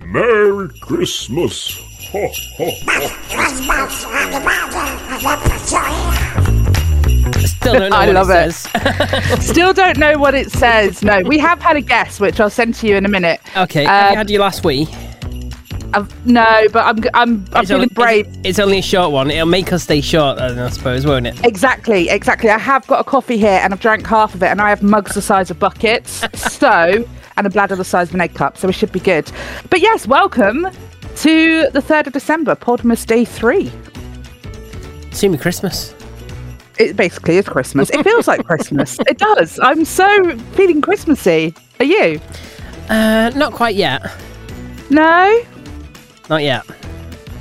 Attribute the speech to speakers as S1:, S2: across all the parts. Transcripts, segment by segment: S1: Merry Christmas! Ho, ho, ho.
S2: Still don't know
S3: I
S2: what
S3: love
S2: it,
S3: it.
S2: says.
S3: Still don't know what it says. No, we have had a guess, which I'll send to you in a minute.
S2: Okay, have you
S3: Um,
S2: had your last wee?
S3: I've, no, but I'm I'm, I'm
S2: It's only-
S3: feeling brave.
S2: It's, it's only a short one. It'll make us stay short, then, I suppose, won't it?
S3: Exactly, exactly. I have got a coffee here, and I've drank half of it, and I have mugs the size of buckets, so and a bladder the size of an egg cup, so we should be good. But yes, welcome to the third of December, Podmas Day three.
S2: See me Christmas.
S3: It basically is Christmas. It feels like Christmas. It does. I'm so feeling Christmassy. Are you?
S2: Uh, not quite yet.
S3: No.
S2: Not yet.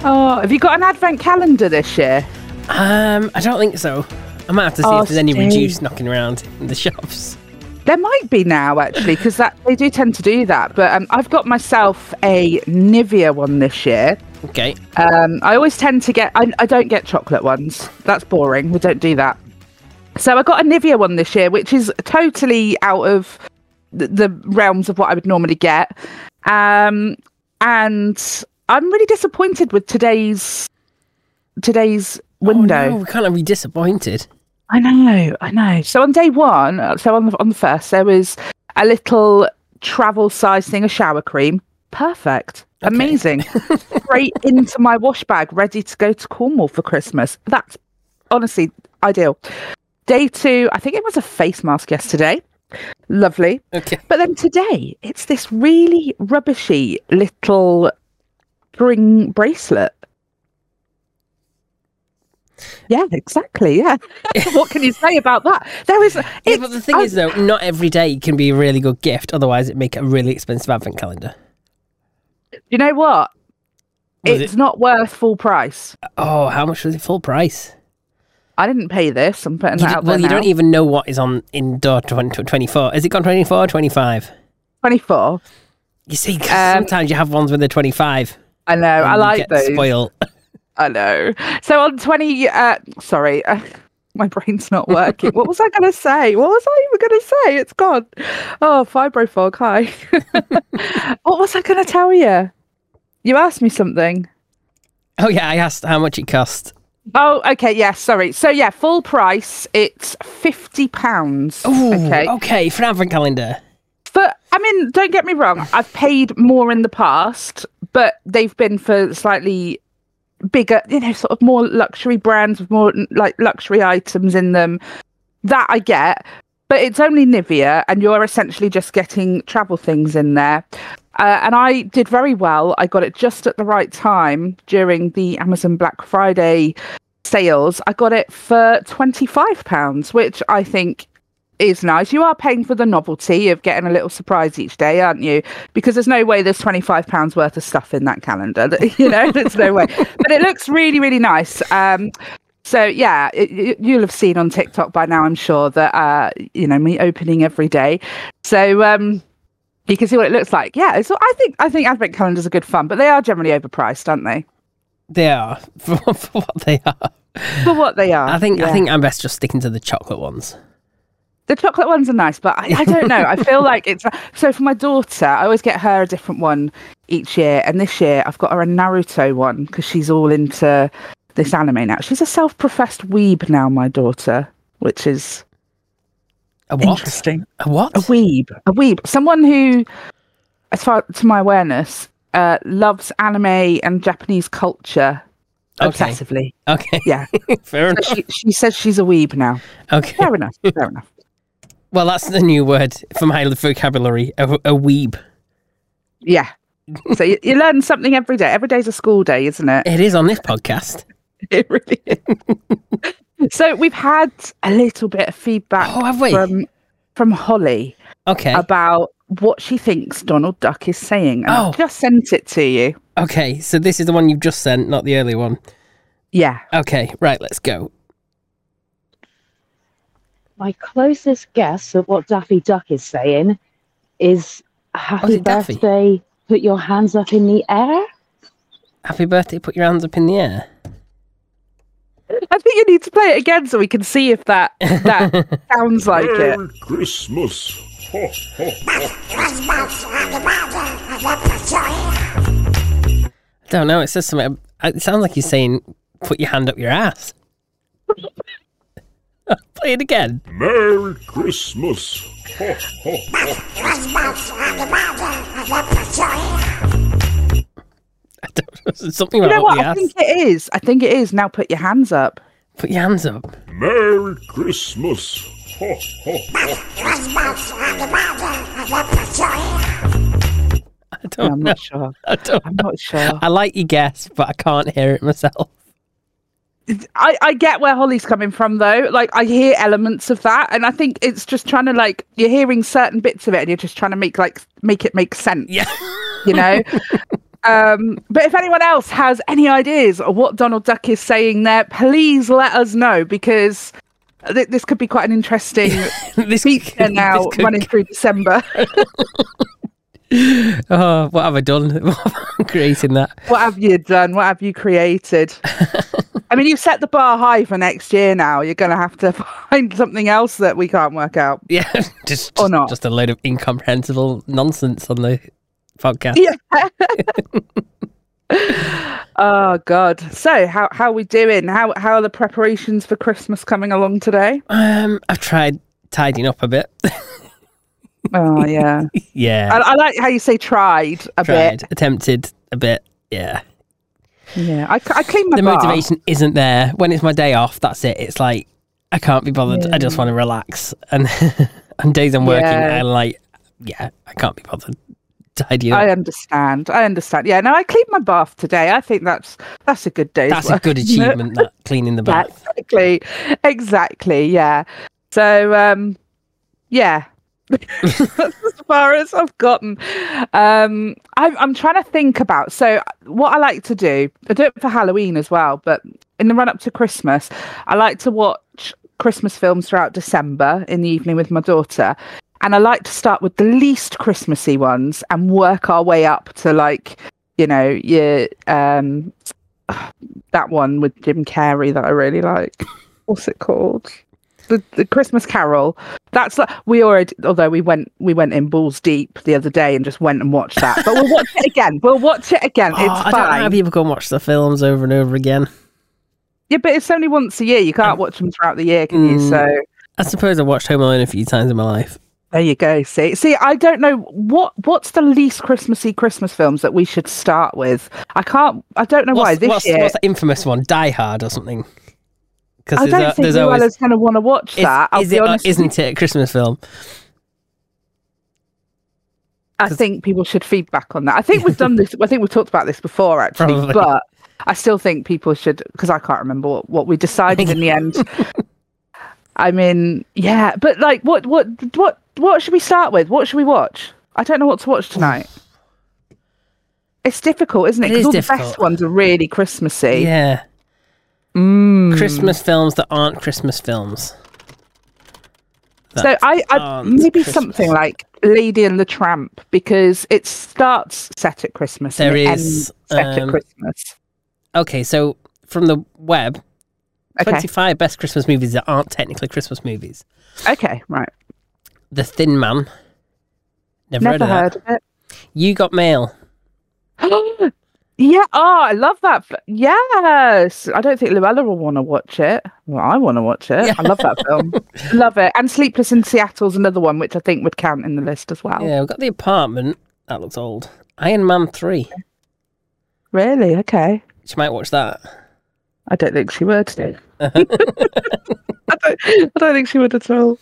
S3: Oh, have you got an advent calendar this year?
S2: Um, I don't think so. I might have to see
S3: Oh,
S2: if there's any
S3: Steve.
S2: reduced knocking around in the shops.
S3: There might be now, actually, because that they do tend to do that. But um, I've got myself a Nivea one this year.
S2: Okay.
S3: Um, I always tend to get. I, I don't get chocolate ones. That's boring. We don't do that. So I got a Nivea one this year, which is totally out of the, the realms of what I would normally get. Um, and I'm really disappointed with today's today's window.
S2: Oh, no, we can't be disappointed.
S3: I know, I know. So on day one, uh, so on the, on the first, there was a little travel size thing of shower cream. Perfect. Amazing. Straight into my wash bag, ready to go to Cornwall for Christmas. That's honestly ideal. Day two, I think it was a face mask yesterday. Lovely.
S2: Okay.
S3: But then today, it's this really rubbishy little string bracelet. Yeah, exactly. Yeah. what can you say about that? There is.
S2: Yeah,
S3: it's-
S2: but the thing
S3: I-
S2: is, though, not every day can be a really good gift. Otherwise, it'd make a really expensive advent calendar.
S3: you know what?
S2: Was
S3: It's not worth full price.
S2: Oh, how much was it full price?
S3: I didn't pay this. I'm putting
S2: You
S3: that
S2: d-
S3: out
S2: well,
S3: there
S2: you
S3: now.
S2: don't even know what is on in door 20, 24. Has it gone 24 or 25?
S3: 24.
S2: You see, 'cause
S3: Um,
S2: sometimes you have ones with a 25.
S3: I know. I
S2: and you
S3: like
S2: get
S3: those.
S2: Spoil.
S3: I know. So on 20, uh, sorry, my brain's not working. what was I going to say? What was I even going to say? It's gone. Oh, fibrofog, hi. what was I going to tell you? You asked me something.
S2: Oh, yeah, I asked how much it cost.
S3: Oh, okay. Yes, sorry. So yeah, full price. It's fifty pounds.
S2: Ooh,
S3: Okay.
S2: Okay, for an advent calendar.
S3: But I mean, don't get me wrong. I've paid more in the past, but they've been for slightly bigger, you know, sort of more luxury brands with more like luxury items in them. That I get, but it's only Nivea, and you're essentially just getting travel things in there. Uh, and I did very well. I got it just at the right time during the Amazon Black Friday sales. I got it for £25, which I think is nice. You are paying for the novelty of getting a little surprise each day, aren't you? Because there's no way there's £25 worth of stuff in that calendar. that- You know, there's no way. But it looks really, really nice. Um, so yeah, it, y- you'll have seen on TikTok by now, I'm sure that uh, you know me opening every day. So um, you can see what it looks like. Yeah, so I think I think advent calendars are good fun, but they are generally overpriced, aren't they?
S2: They are for, for what they are.
S3: For what they are,
S2: I think I
S3: yeah.
S2: think I'm best just sticking to the chocolate ones.
S3: The chocolate ones are nice, but I, I don't know. I feel like it's so for my daughter. I always get her a different one each year, and this year I've got her a Naruto one because she's all into this anime now. She's a self-professed weeb now, my daughter, which is
S2: A what?
S3: interesting.
S2: A what?
S3: A weeb, a weeb, someone who, as far to my awareness, uh, loves anime and Japanese culture
S2: Okay.
S3: obsessively.
S2: Okay,
S3: Yeah,
S2: fair
S3: But
S2: enough.
S3: she, she says she's a weeb now.
S2: Okay,
S3: Fair enough. Fair enough.
S2: well that's the new word for my vocabulary. A, a weeb.
S3: Yeah. so you, you learn something every day. Every day's a school day, isn't it?
S2: It is on this podcast.
S3: It really is. so we've had a little bit of feedback
S2: Oh, have we?
S3: from from Holly
S2: Okay,
S3: about what she thinks Donald Duck is saying. And
S2: Oh.
S3: I've just sent it to you.
S2: okay. So this is the one you've just sent, not the earlier one.
S3: Yeah.
S2: Okay, right. Let's go.
S4: My closest guess at what Daffy Duck is saying is
S2: Oh, is
S4: happy
S2: it Daffy?
S4: birthday, put your hands up in the air.
S2: Happy birthday! Put your hands up in the air.
S3: I think you need to play it again so we can see if that that sounds like it.
S1: Merry Christmas! Ho, ho, ho.
S2: don't know. It says something. It sounds like he's saying, "Put your hand up your ass." Play it again.
S1: Merry Christmas. Ho, ho, ho.
S2: I don't know. Something
S3: You
S2: about
S3: know
S2: up
S3: what?
S2: the
S3: I
S2: ass.
S3: think it is. I think it is. Now put your hands up.
S2: Put your hands up.
S1: Merry Christmas. Ho, ho, ho.
S2: I
S3: No,
S2: don't
S3: I'm
S2: know.
S3: not sure.
S2: I don't.
S3: I'm not sure.
S2: I like your guess, but I can't hear it myself.
S3: I, I get where Holly's coming from though. Like I hear elements of that and I think it's just trying to like you're hearing certain bits of it and you're just trying to make like make it make sense.
S2: Yeah.
S3: you know. um, but if anyone else has any ideas of what Donald Duck is saying there, please let us know because th- this could be quite an interesting
S2: this
S3: feature now
S2: this could-
S3: running through December.
S2: Oh, what have I done? What have I creating that?
S3: what have you done? What have you created? I mean, you've set the bar high for next year now. You're going to have to find something else that we can't work out.
S2: Yeah, just
S3: Or
S2: just,
S3: not.
S2: just a load of incomprehensible nonsense on the podcast.
S3: Yeah. oh God! So how how we doing? How how are the preparations for Christmas coming along today?
S2: Um, I've tried tidying up a bit.
S3: Oh yeah,
S2: yeah,
S3: I, I like how you say tried a
S2: tried,
S3: bit.
S2: attempted a bit. Yeah,
S3: Yeah, I, c- I clean my
S2: the
S3: bar.
S2: motivation isn't there. When it's my day off, that's it. It's like I can't be bothered. I just want to relax. And on days I'm working,
S3: Yeah.
S2: I like, yeah, I can't be bothered tidying up.
S3: I understand. I understand. Yeah, no, I cleaned my bath today. I think that's that's a good day.
S2: That's a good achievement. That cleaning the bath.
S3: Exactly. Exactly. Yeah. So um, yeah. that's as far as I've gotten. Um, I'm, I'm trying to think about. So, what I like to do, I do it for Halloween as well, but in the run up to Christmas, I like to watch Christmas films throughout December in the evening with my daughter. And I like to start with the least Christmassy ones and work our way up to like, you know, your um that one with Jim Carrey that I really like. What's it called? The, the Christmas Carol. That's the- we already. Although we went we went in balls deep the other day and just went and watched that. But we'll watch it again. We'll watch it again.
S2: Oh,
S3: it's
S2: I don't know
S3: fine.
S2: how people go and watch the films over and over again.
S3: Yeah, but it's only once a year. You can't watch them throughout the year, can you?
S2: Mm.
S3: So
S2: I suppose I watched Home Alone a few times in my life.
S3: there you go. See, see, I don't know what what's the least Christmassy Christmas films that we should start with. I can't. I don't know
S2: What's,
S3: why this
S2: what's,
S3: year.
S2: what's the infamous one? Die Hard or something? Because
S3: I don't think Luella's going to want to watch that. I'll
S2: is
S3: be
S2: it, uh,
S3: honest.
S2: isn't it a Christmas film?
S3: I think people should feedback on that. I think we've done this. I think we've talked about this before, actually.
S2: Probably.
S3: But I still think people should, because I can't remember what, what we decided in the end. I mean, yeah, but like, what, what, what, what should we start with? What should we watch? I don't know what to watch tonight. It's difficult, isn't it?
S2: It
S3: 'Cause
S2: is
S3: all
S2: difficult.
S3: the best ones are really Christmassy.
S2: Yeah,
S3: Mm.
S2: Christmas films that aren't Christmas films.
S3: So
S2: That
S3: I, I
S2: aren't
S3: maybe
S2: Christmas.
S3: something like Lady and the Tramp because it starts set at Christmas.
S2: There
S3: and it
S2: is,
S3: ends set
S2: um,
S3: at Christmas.
S2: Okay, so from the web,
S3: Okay.
S2: twenty-five best Christmas movies that aren't technically Christmas movies.
S3: Okay, right.
S2: The Thin Man. Never, heard
S3: Never
S2: of
S3: heard
S2: that.
S3: of it.
S2: You Got Mail.
S3: yeah, oh, I love that. f- Yes, I don't think Luella will want to watch it. Well, I want to watch it. I love that film. love it. And Sleepless in Seattle's another one, which I think would count in the list as well.
S2: Yeah, we've got The Apartment. That looks old. Iron Man 3.
S3: Really? Okay.
S2: She might watch that.
S3: I don't think she would. I, don't, I don't think she would at all.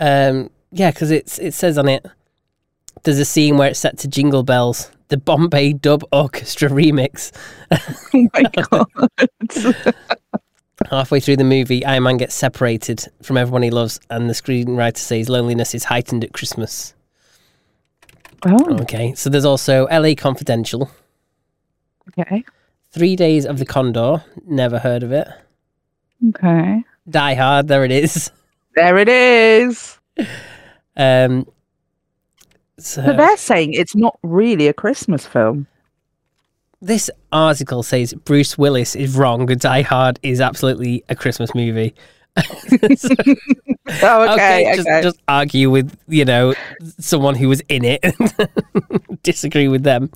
S2: Um, yeah, because it's it says on it there's a scene where it's set to Jingle Bells, the Bombay Dub Orchestra remix.
S3: Oh my god.
S2: Halfway through the movie, Iron Man gets separated from everyone he loves, and the screenwriter says loneliness is heightened at Christmas.
S3: oh,
S2: Okay, so there's also L.A. Confidential,
S3: okay.
S2: Three Days of the Condor. Never heard of it.
S3: Okay.
S2: Die Hard. There it is.
S3: There it is.
S2: Um, so
S3: So they're saying it's not really a Christmas film.
S2: this article says Bruce Willis is wrong. Die Hard is absolutely a Christmas movie. So-
S3: Oh, okay. Okay.
S2: just, just argue with you know someone who was in it. Disagree with them.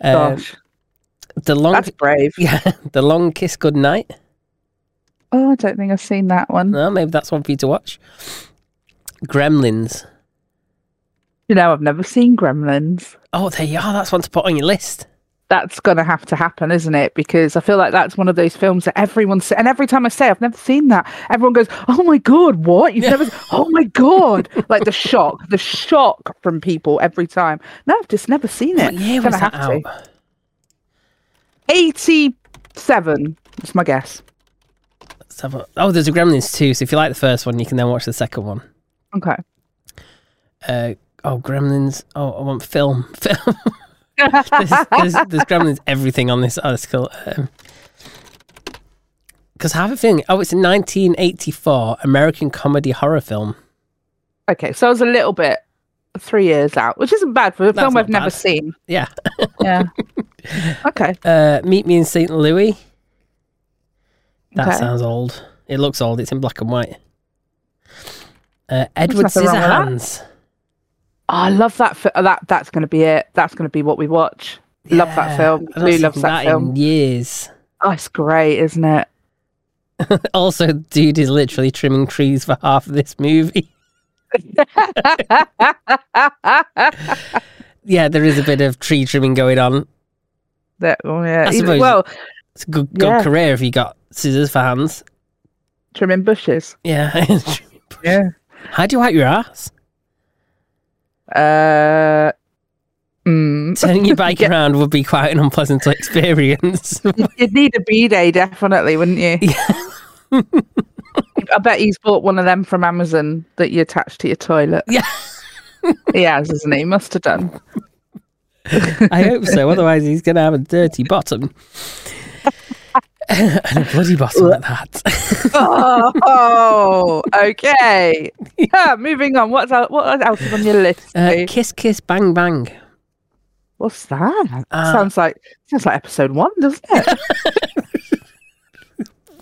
S2: Um,
S3: Gosh.
S2: The long,
S3: That's brave.
S2: yeah, the long kiss goodnight.
S3: Oh, I don't think I've seen that one.
S2: No, maybe that's one for you to watch. Gremlins.
S3: You know, I've never seen Gremlins.
S2: Oh, there you are. That's one to put on your list.
S3: That's going to have to happen, isn't it? Because I feel like that's one of those films that everyone sa- and every time I say I've never seen that, everyone goes, "Oh my god, what? You've never? Oh my god!" like the shock, the shock from people every time. No, I've just never seen it.
S2: What year
S3: Gonna
S2: was that
S3: have
S2: out?
S3: to. Eighty-seven. That's my guess.
S2: Let's have a- oh, there's a Gremlins too. So if you like the first one, you can then watch the second one.
S3: Okay.
S2: Uh, oh, Gremlins. Oh, I want film. Film. there's, there's, there's Gremlins everything on this article. Because I have a feeling. Oh, it's a 1984 American comedy horror film.
S3: Okay, so I was a little bit three years out, which isn't bad for a
S2: That's
S3: film
S2: not
S3: I've never
S2: bad.
S3: seen.
S2: Yeah.
S3: Yeah. okay.
S2: Uh, Meet Me in St. Louis. That
S3: Okay.
S2: sounds old. It looks old. It's in black and white. Uh, Edward
S3: nothing wrong with that.
S2: Scissorhands.
S3: Oh, I love that. Fi- oh, that that's going to be it. That's going to be what we watch. Love
S2: Yeah,
S3: that film.
S2: I've not
S3: Lou
S2: seen
S3: loves that, film.
S2: in years.
S3: Oh, it's great, isn't it?
S2: Also, dude is literally trimming trees for half of this movie. yeah, there is a bit of tree trimming going on.
S3: That oh, yeah.
S2: I
S3: Even-
S2: suppose-
S3: well,
S2: It's a good, good
S3: Yeah.
S2: career if you got scissors for hands.
S3: trimming bushes.
S2: Yeah.
S3: Yeah.
S2: How do you wipe your ass?
S3: Uh. Mm.
S2: Turning your bike around would be quite an unpleasant experience.
S3: You'd need a B day, definitely, wouldn't you? I bet he's bought one of them from Amazon that you attach to your toilet.
S2: Yeah.
S3: he has, isn't he? Must have done.
S2: I hope so. Otherwise, he's going to have a dirty bottom. and a bloody bottom at that.
S3: Oh, okay. Yeah, moving on. What's out, what else is on your list?
S2: Uh,
S3: Lou?
S2: kiss, kiss, bang, bang.
S3: What's that?
S2: Uh,
S3: sounds like sounds like episode one, doesn't it?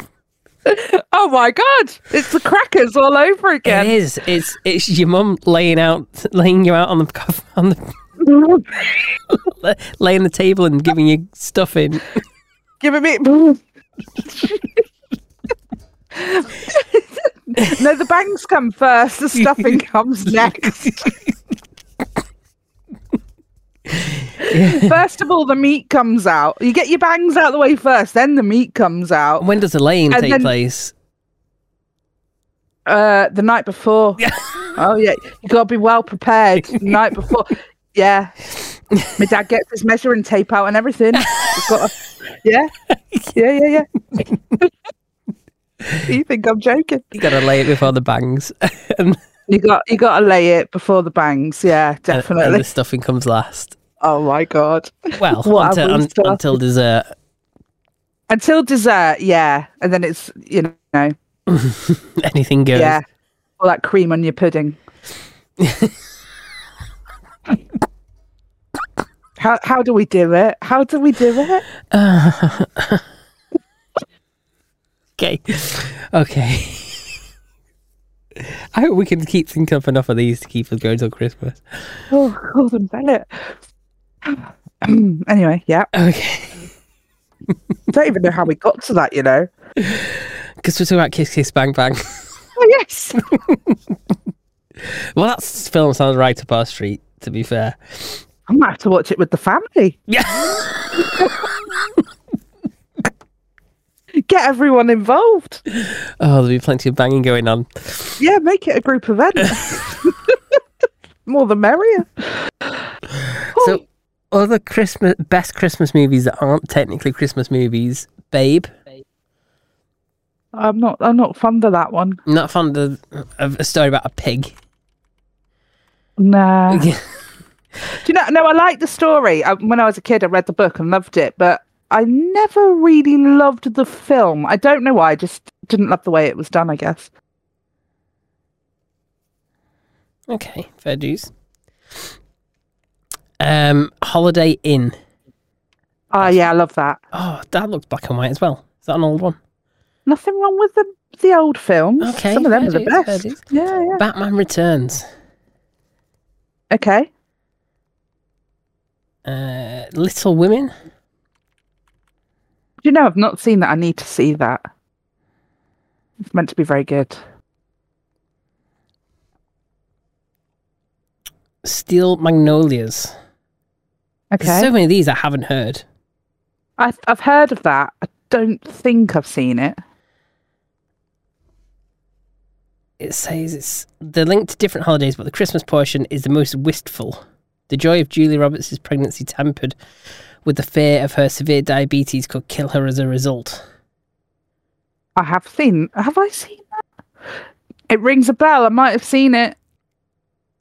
S3: oh my god! It's the crackers all over
S2: It
S3: again.
S2: is. It's it's your mum laying out, laying you out on the cof- on the laying the table and giving you stuff in.
S3: Giving me. no, the bangs come first. The stuffing comes next. First of all, the meat comes out. You get your bangs out of the way first, then the meat comes out.
S2: When does the laying
S3: And
S2: take
S3: then-
S2: place?
S3: Uh, the night before.
S2: Yeah.
S3: Oh yeah, you gotta be well prepared. The night before. Yeah. My dad gets his measuring tape out and everything. He's gotta- yeah. Yeah, yeah, yeah. you think I'm joking?
S2: You gotta lay it before the bangs, and,
S3: You got you gotta lay it before the bangs. Yeah,
S2: and, the
S3: definitely.
S2: stuffing comes last.
S3: Oh my god.
S2: Well,
S3: What
S2: until,
S3: have we
S2: un-
S3: started?
S2: until dessert.
S3: Until dessert, yeah. And then it's you know,
S2: Anything goes.
S3: yeah. All that cream on your pudding. How, how do we do it? How do we do it?
S2: Okay. Okay. I hope we can keep thinking up enough of these to keep us going till Christmas.
S3: Oh, Gordon Bennett. anyway, yeah.
S2: Okay.
S3: Don't even know how we got to that, you know.
S2: Because we're talking about Kiss Kiss Bang Bang.
S3: Oh yes.
S2: Well, that film sounds right up our street, to be fair.
S3: I might have to watch it with the family.
S2: Yeah.
S3: Get everyone involved.
S2: Oh, there'll be plenty of banging going on.
S3: Yeah, make it a group event. More the merrier.
S2: So, other Christmas, best Christmas movies that aren't technically Christmas movies, Babe.
S3: I'm not I'm not fond of that one.
S2: I'm not fond of, of a story about a pig.
S3: Nah. Do
S2: Yeah.
S3: you know no, I like the story. I, when I was a kid I read the book and loved it, but I never really loved the film. I don't know why, I just didn't love the way it was done, I guess.
S2: okay, fair dues. Um, Holiday Inn.
S3: Oh yeah, I love that.
S2: Oh, that looks black and white as well. Is that an old one?
S3: Nothing wrong with the the old films.
S2: Okay,
S3: Some of them
S2: fair
S3: are the
S2: dues, fair
S3: best.
S2: dues.
S3: Yeah, yeah.
S2: Batman Returns.
S3: Okay.
S2: Uh, Little Women.
S3: Do you know I've not seen that? I need to see that. It's meant to be very good.
S2: Steel Magnolias. There's
S3: Okay.
S2: so many of these I haven't heard.
S3: I, I've heard of that. I don't think I've seen it.
S2: It says it's they're linked to different holidays, but the Christmas portion is the most wistful. The joy of Julie Roberts' pregnancy tampered with the fear of her severe diabetes could kill her as a result.
S3: I have seen. Have I seen that? It rings a bell. I might have seen it.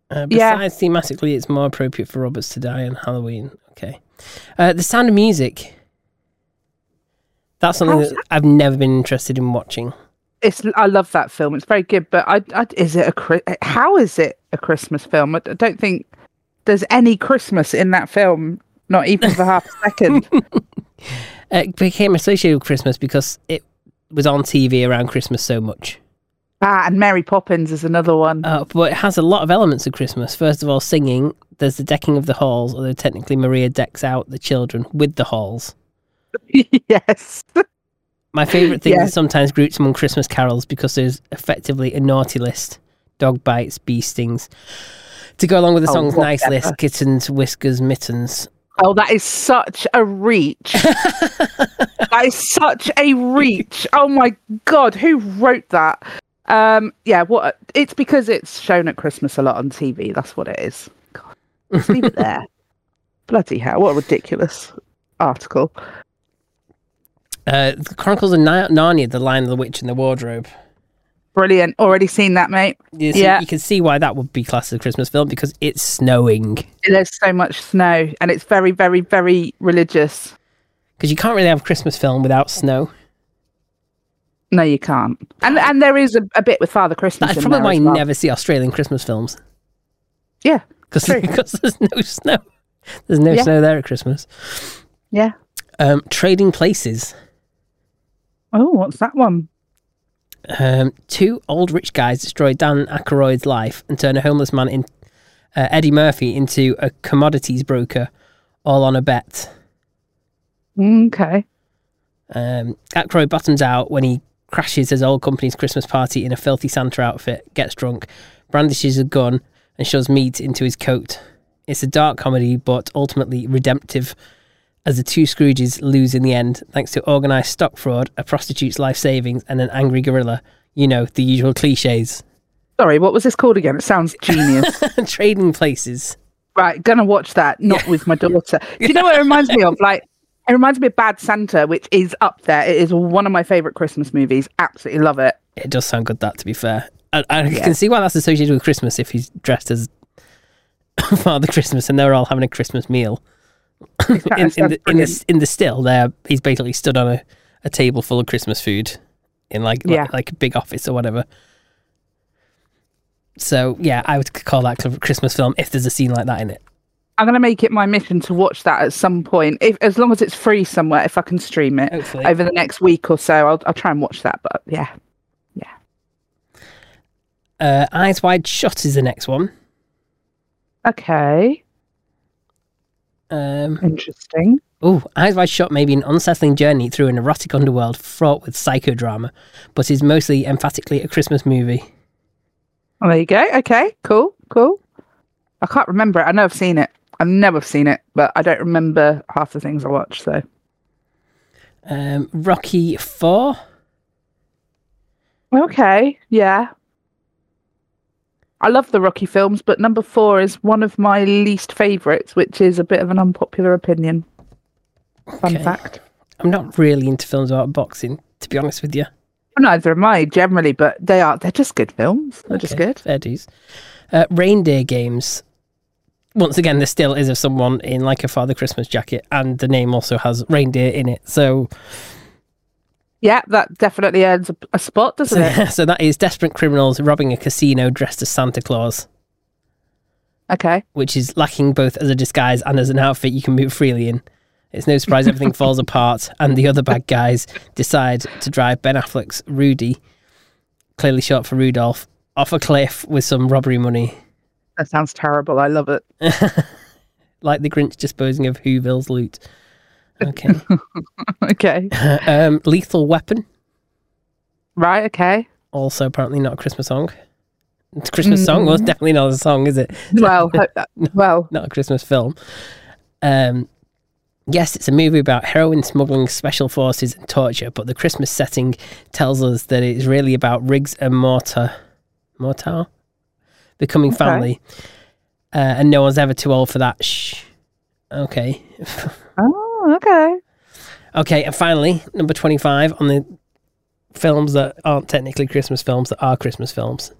S2: Uh,
S3: Yeah.
S2: besides, thematically, it's more appropriate for Roberts to die on Halloween. Okay. Uh, the Sound of Music. That's something
S3: How's
S2: that I've never been interested in watching.
S3: It's. I love that film. It's very good. But I, I is it a Chri- how is it a Christmas film? I d- I don't think there's any Christmas in that film. Not even for half a second.
S2: Uh, It became associated with Christmas because it was on TV around Christmas so much.
S3: ah, and Mary Poppins is another one.
S2: Uh, but it has a lot of elements of Christmas. First of all, singing. There's the decking of the halls, although technically Maria decks out the children with the halls.
S3: yes.
S2: My favourite thing
S3: Yeah.
S2: is sometimes groups among Christmas carols because there's effectively a naughty list dog bites, bee stings. To go along with the
S3: Oh,
S2: song's nice
S3: whatever.
S2: list kittens, whiskers, mittens.
S3: Oh, that is such a reach. that is such a reach. Oh my god, who wrote that? Um, yeah, what? It's because it's shown at Christmas a lot on TV. That's what it is. God, just leave it there. Bloody hell! What a ridiculous article.
S2: Uh, the Chronicles of Na- Narnia, The Lion, the Witch, and the Wardrobe.
S3: Brilliant. Already seen that, mate.
S2: You, see-
S3: Yeah.
S2: you can see why that would be classed as a Christmas film because it's snowing.
S3: There's so much snow, and it's very, very, very religious.
S2: Because you can't really have a Christmas film without snow.
S3: No, you can't. And and there is a, a bit with Father Christmas.
S2: That's
S3: in
S2: probably
S3: there
S2: why
S3: as
S2: you
S3: well.
S2: never see Australian Christmas films
S3: Yeah,
S2: because
S3: True.
S2: there's no snow. There's no
S3: Yeah.
S2: snow there at Christmas.
S3: yeah.
S2: Um, Trading Places.
S3: Oh, what's that one?
S2: Um, two old rich guys destroy Dan Aykroyd's life and turn a homeless man in uh, Eddie Murphy into a commodities broker, all on a bet.
S3: Mm, Okay.
S2: Um, Aykroyd bottoms out when he crashes his old company's Christmas party in a filthy Santa outfit, gets drunk, brandishes a gun, and shoves meat into his coat. It's a dark comedy, but ultimately redemptive, as the two Scrooges lose in the end, thanks to organised stock fraud, a prostitute's life savings, and an angry gorilla. You know, the usual cliches.
S3: Sorry, what was this called again? It sounds genius.
S2: Trading places.
S3: right, gonna watch that. Not with my daughter. Do you know what it reminds me of? Like, it reminds me of Bad Santa, which is up there. It is one of my favorite Christmas movies. Absolutely love it.
S2: It does sound good, that, to be fair. I, I can see why that's associated with Christmas if he's dressed as Father Christmas and they're all having a Christmas meal. in, in, the, in, the, s- in the still there he's basically stood on a, a table full of christmas food in like like-
S3: Yeah.
S2: like, a big office or whatever so yeah i would call that a christmas film if there's a scene like that in it
S3: I'm gonna make it my mission to watch that at some point, if as long as it's free somewhere, if I can stream it
S2: Hopefully.
S3: over the next week or so. I'll I'll try and watch that. But yeah,
S2: uh, eyes wide shut is the next one
S3: okay,
S2: um,
S3: interesting.
S2: oh eyes wide shut may be an unsettling journey through an erotic underworld fraught with psychodrama but is mostly emphatically a christmas movie
S3: Well, there you go. Okay, cool, cool. I can't remember it. I know I've seen it. I know I've seen it, but I don't remember half the things I watched. So
S2: um, rocky 4
S3: Okay, yeah. I love the Rocky films, but number four is one of my least favourites, which is a bit of an unpopular opinion. Fun
S2: Okay.
S3: fact.
S2: i'm not really into films about boxing to be honest with you
S3: Neither am I generally, but they are they're just good films. They're just
S2: Okay,
S3: good.
S2: Fair dues. Uh, reindeer games. Once again, there still is of someone in like a Father Christmas jacket, and the name also has reindeer in it. So,
S3: Yeah, that definitely earns a, a spot, doesn't it?
S2: so, so that is desperate criminals robbing a casino dressed as Santa Claus,
S3: Okay.
S2: which is lacking both as a disguise and as an outfit you can move freely in. It's no surprise everything falls apart, and the other bad guys decide to drive Ben Affleck's Rudy, clearly short for Rudolph, off a cliff with some robbery money,
S3: That sounds terrible. I love it.
S2: like the Grinch disposing of Whoville's loot. Okay.
S3: Okay.
S2: um, Lethal Weapon,
S3: Right. Okay.
S2: also apparently not a Christmas song. It's a Christmas song? Well, it's definitely not a song, is it?
S3: Well. hope that- well.
S2: Not a Christmas film. Um, yes, it's a movie about heroin smuggling, special forces, and torture, but the Christmas setting tells us that it's really about Riggs and Mortar. Mortar? Becoming
S3: Okay.
S2: family. Uh, and no one's ever too old for that. Shh. Okay.
S3: Oh. Okay.
S2: Okay, and finally, number 25 on the films that aren't technically Christmas films that are Christmas films.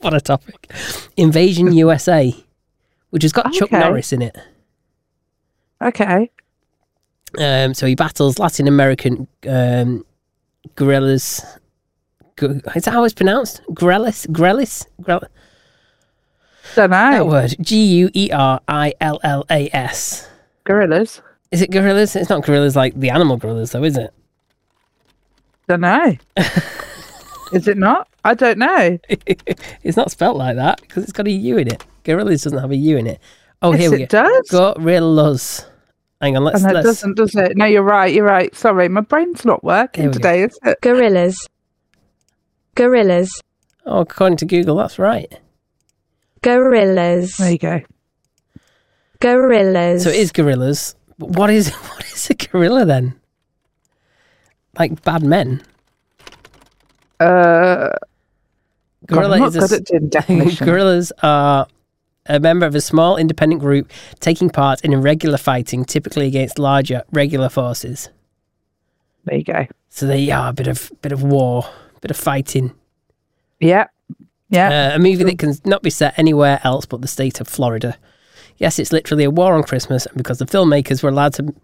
S2: What a topic. Invasion USA, which has got Chuck
S3: Okay.
S2: Norris in it.
S3: Okay.
S2: Um, so he battles Latin American um, guerrillas. Gu- Is that how it's pronounced? Guerrillas? Guerrillas? Guerrill-
S3: Don't
S2: That
S3: know.
S2: word. G U E R I L L A S.
S3: Gorillas.
S2: Is it gorillas? It's not gorillas like the animal gorillas, though, is it?
S3: Don't know. Is it not? I don't know.
S2: it's not spelt like that because it's got a U in it. Gorillas doesn't have a U in it. Oh,
S3: Yes,
S2: here we
S3: it
S2: go.
S3: does.
S2: Gorillas. Hang on, let's
S3: and it
S2: let's.
S3: doesn't, does it? No, you're right. You're right. Sorry, my brain's not
S2: Here
S3: working
S2: we go.
S3: today, is it?
S5: Gorillas. Gorillas.
S2: Oh, according to Google, that's right.
S5: Gorillas.
S3: There you go.
S5: Gorillas.
S2: So it is gorillas. But what is what is a gorilla then? Like bad men.
S3: Uh, God,
S2: Gorilla
S3: I'm not
S2: is a
S3: good
S2: s-
S3: at doing definition.
S2: Gorillas are a member of a small independent group taking part in irregular fighting, typically against larger regular forces.
S3: There you go.
S2: So they are a bit of bit of war, bit of fighting.
S3: Yeah. Yeah.
S2: Uh, a movie that can not be set anywhere else but the state of Florida. Yes, it's literally a war on Christmas, and because the filmmakers were allowed to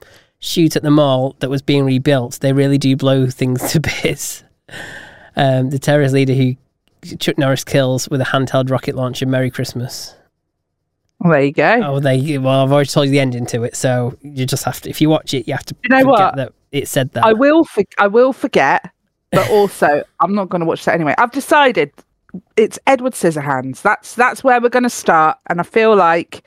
S2: shoot at the mall that was being rebuilt, they really do blow things to bits. Um, the terrorist leader who Chuck Norris kills with a handheld rocket launcher, Merry Christmas.
S3: Well, there you go.
S2: Oh, they well, I've already told you the ending to it, so you just have to. If you watch it, you have to
S3: You know
S2: forget
S3: what?
S2: that it said that.
S3: I will. For- I will forget. But also, I'm not going to watch that anyway. I've decided it's Edward Scissorhands. That's that's where we're going to start. And I feel like,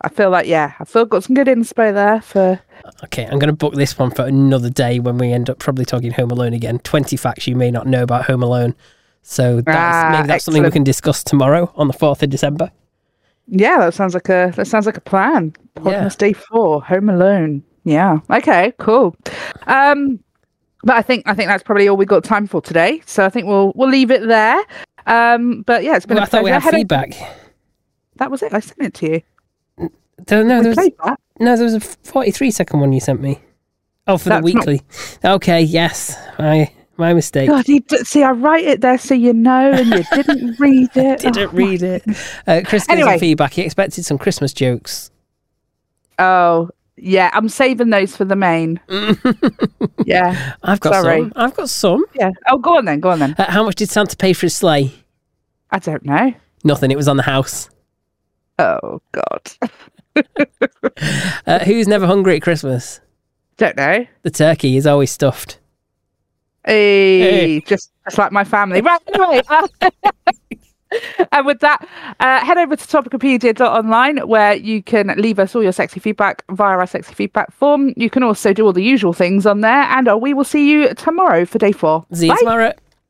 S3: I feel like, yeah, I feel got some good inspo there for.
S2: Okay, I'm going to book this one for another day when we end up probably talking Home Alone again. 20 facts you may not know about Home Alone. So that's,
S3: Ah,
S2: maybe that's something we
S3: excellent.
S2: can discuss tomorrow on the 4th of December.
S3: Yeah, that sounds like a that sounds like a plan.
S2: Yeah.
S3: Podcast day four, Home Alone. Yeah. Okay. Cool. Um, but I think I think that's probably all we got time for today. So I think we'll we'll leave it there. Um, but yeah, it's been.
S2: Well,
S3: a
S2: I thought we
S3: pleasure.
S2: had
S3: Head-
S2: feedback.
S3: That was it. I sent it to you.
S2: There- no,
S3: We
S2: there was,
S3: played that.
S2: no, there was a 43 second one you sent me. Oh, for the
S3: That's not-
S2: weekly. Okay, yes. My, my mistake.
S3: God, you d- see, I write it there so you know, and you didn't read it.
S2: Didn't
S3: Oh,
S2: read it. Uh, Chris gives
S3: Anyway.
S2: some feedback. He expected some Christmas jokes.
S3: Oh, yeah, I'm saving those for the main. yeah,
S2: I've got
S3: Sorry.
S2: some. I've got some.
S3: yeah. Oh, go on then, go on then.
S2: Uh, how much did Santa pay for his sleigh?
S3: I don't know.
S2: Nothing. It was on the house.
S3: Oh God,
S2: Uh, who's never hungry at Christmas?
S3: don't know.
S2: The turkey is always stuffed.
S3: Hey,
S2: Hey.
S3: Just, just like my family. Right, anyway. uh, and with that, uh, head over to topicopedia.online where you can leave us all your sexy feedback via our sexy feedback form. You can also do all the usual things on there, and uh, we will see you tomorrow for day four.
S2: See you tomorrow.